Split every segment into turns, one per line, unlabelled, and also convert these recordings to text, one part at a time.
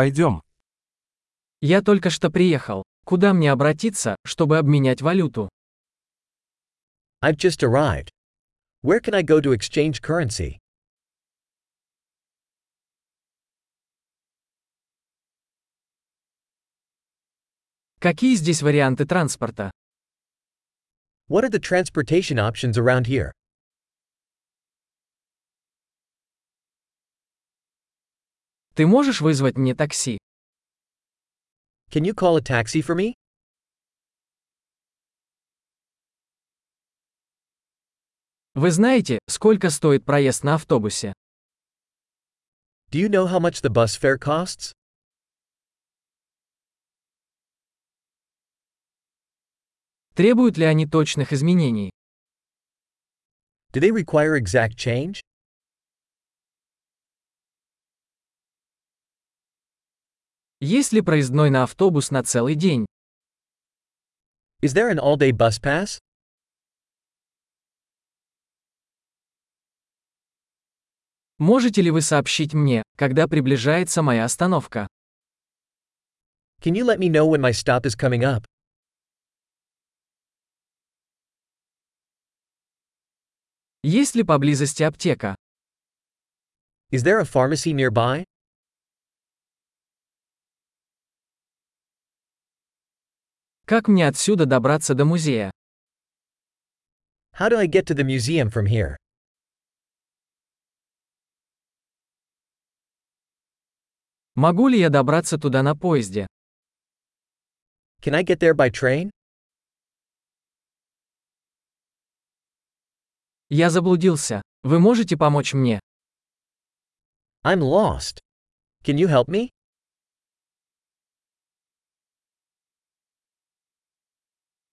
Пойдем.
Я только что приехал. Куда мне обратиться, чтобы обменять валюту?
I've just arrived. Where can I go to exchange currency?
Какие здесь варианты транспорта?
What are the transportation options around here?
Ты можешь вызвать мне такси?
Can you call a taxi for me?
Вы знаете, сколько стоит проезд на автобусе?
Do you know how much the bus fare costs?
Требуют ли они точных изменений?
Do they require exact change?
Есть ли проездной на автобус на целый день?
Is there an all day bus pass?
Можете ли вы сообщить мне, когда приближается моя остановка?
Can you let me know when my stop is coming up?
Есть ли поблизости аптека?
Is there a pharmacy nearby?
Как мне отсюда добраться до музея?
How do I get to the museum from here?
Могу ли я добраться туда на поезде?
Can I get there by train?
Я заблудился. Вы можете помочь мне?
I'm lost. Can you help me?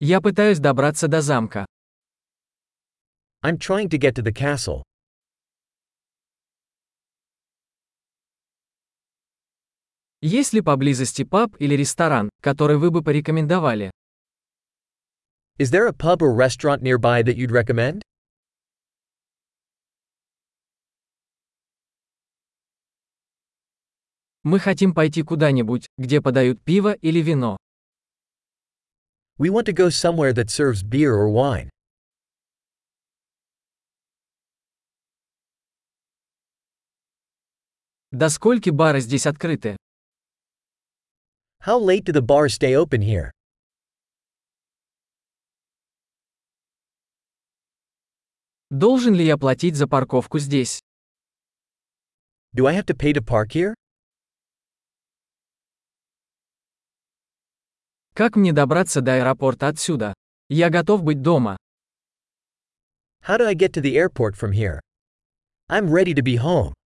Я пытаюсь добраться до замка.
I'm trying to get to the castle.
Есть ли поблизости паб или ресторан, который вы бы порекомендовали?
Is there a pub or restaurant nearby that you'd recommend?
Мы хотим пойти куда-нибудь, где подают пиво или вино.
We want to go somewhere that serves beer or wine.
До скольки бары здесь открыты?
How late do the bars stay open here?
Должен ли я платить за парковку здесь?
Do I have to pay to park here?
Как мне добраться до аэропорта отсюда? Я готов быть дома.
How do I get to the airport from here? I'm ready to be home.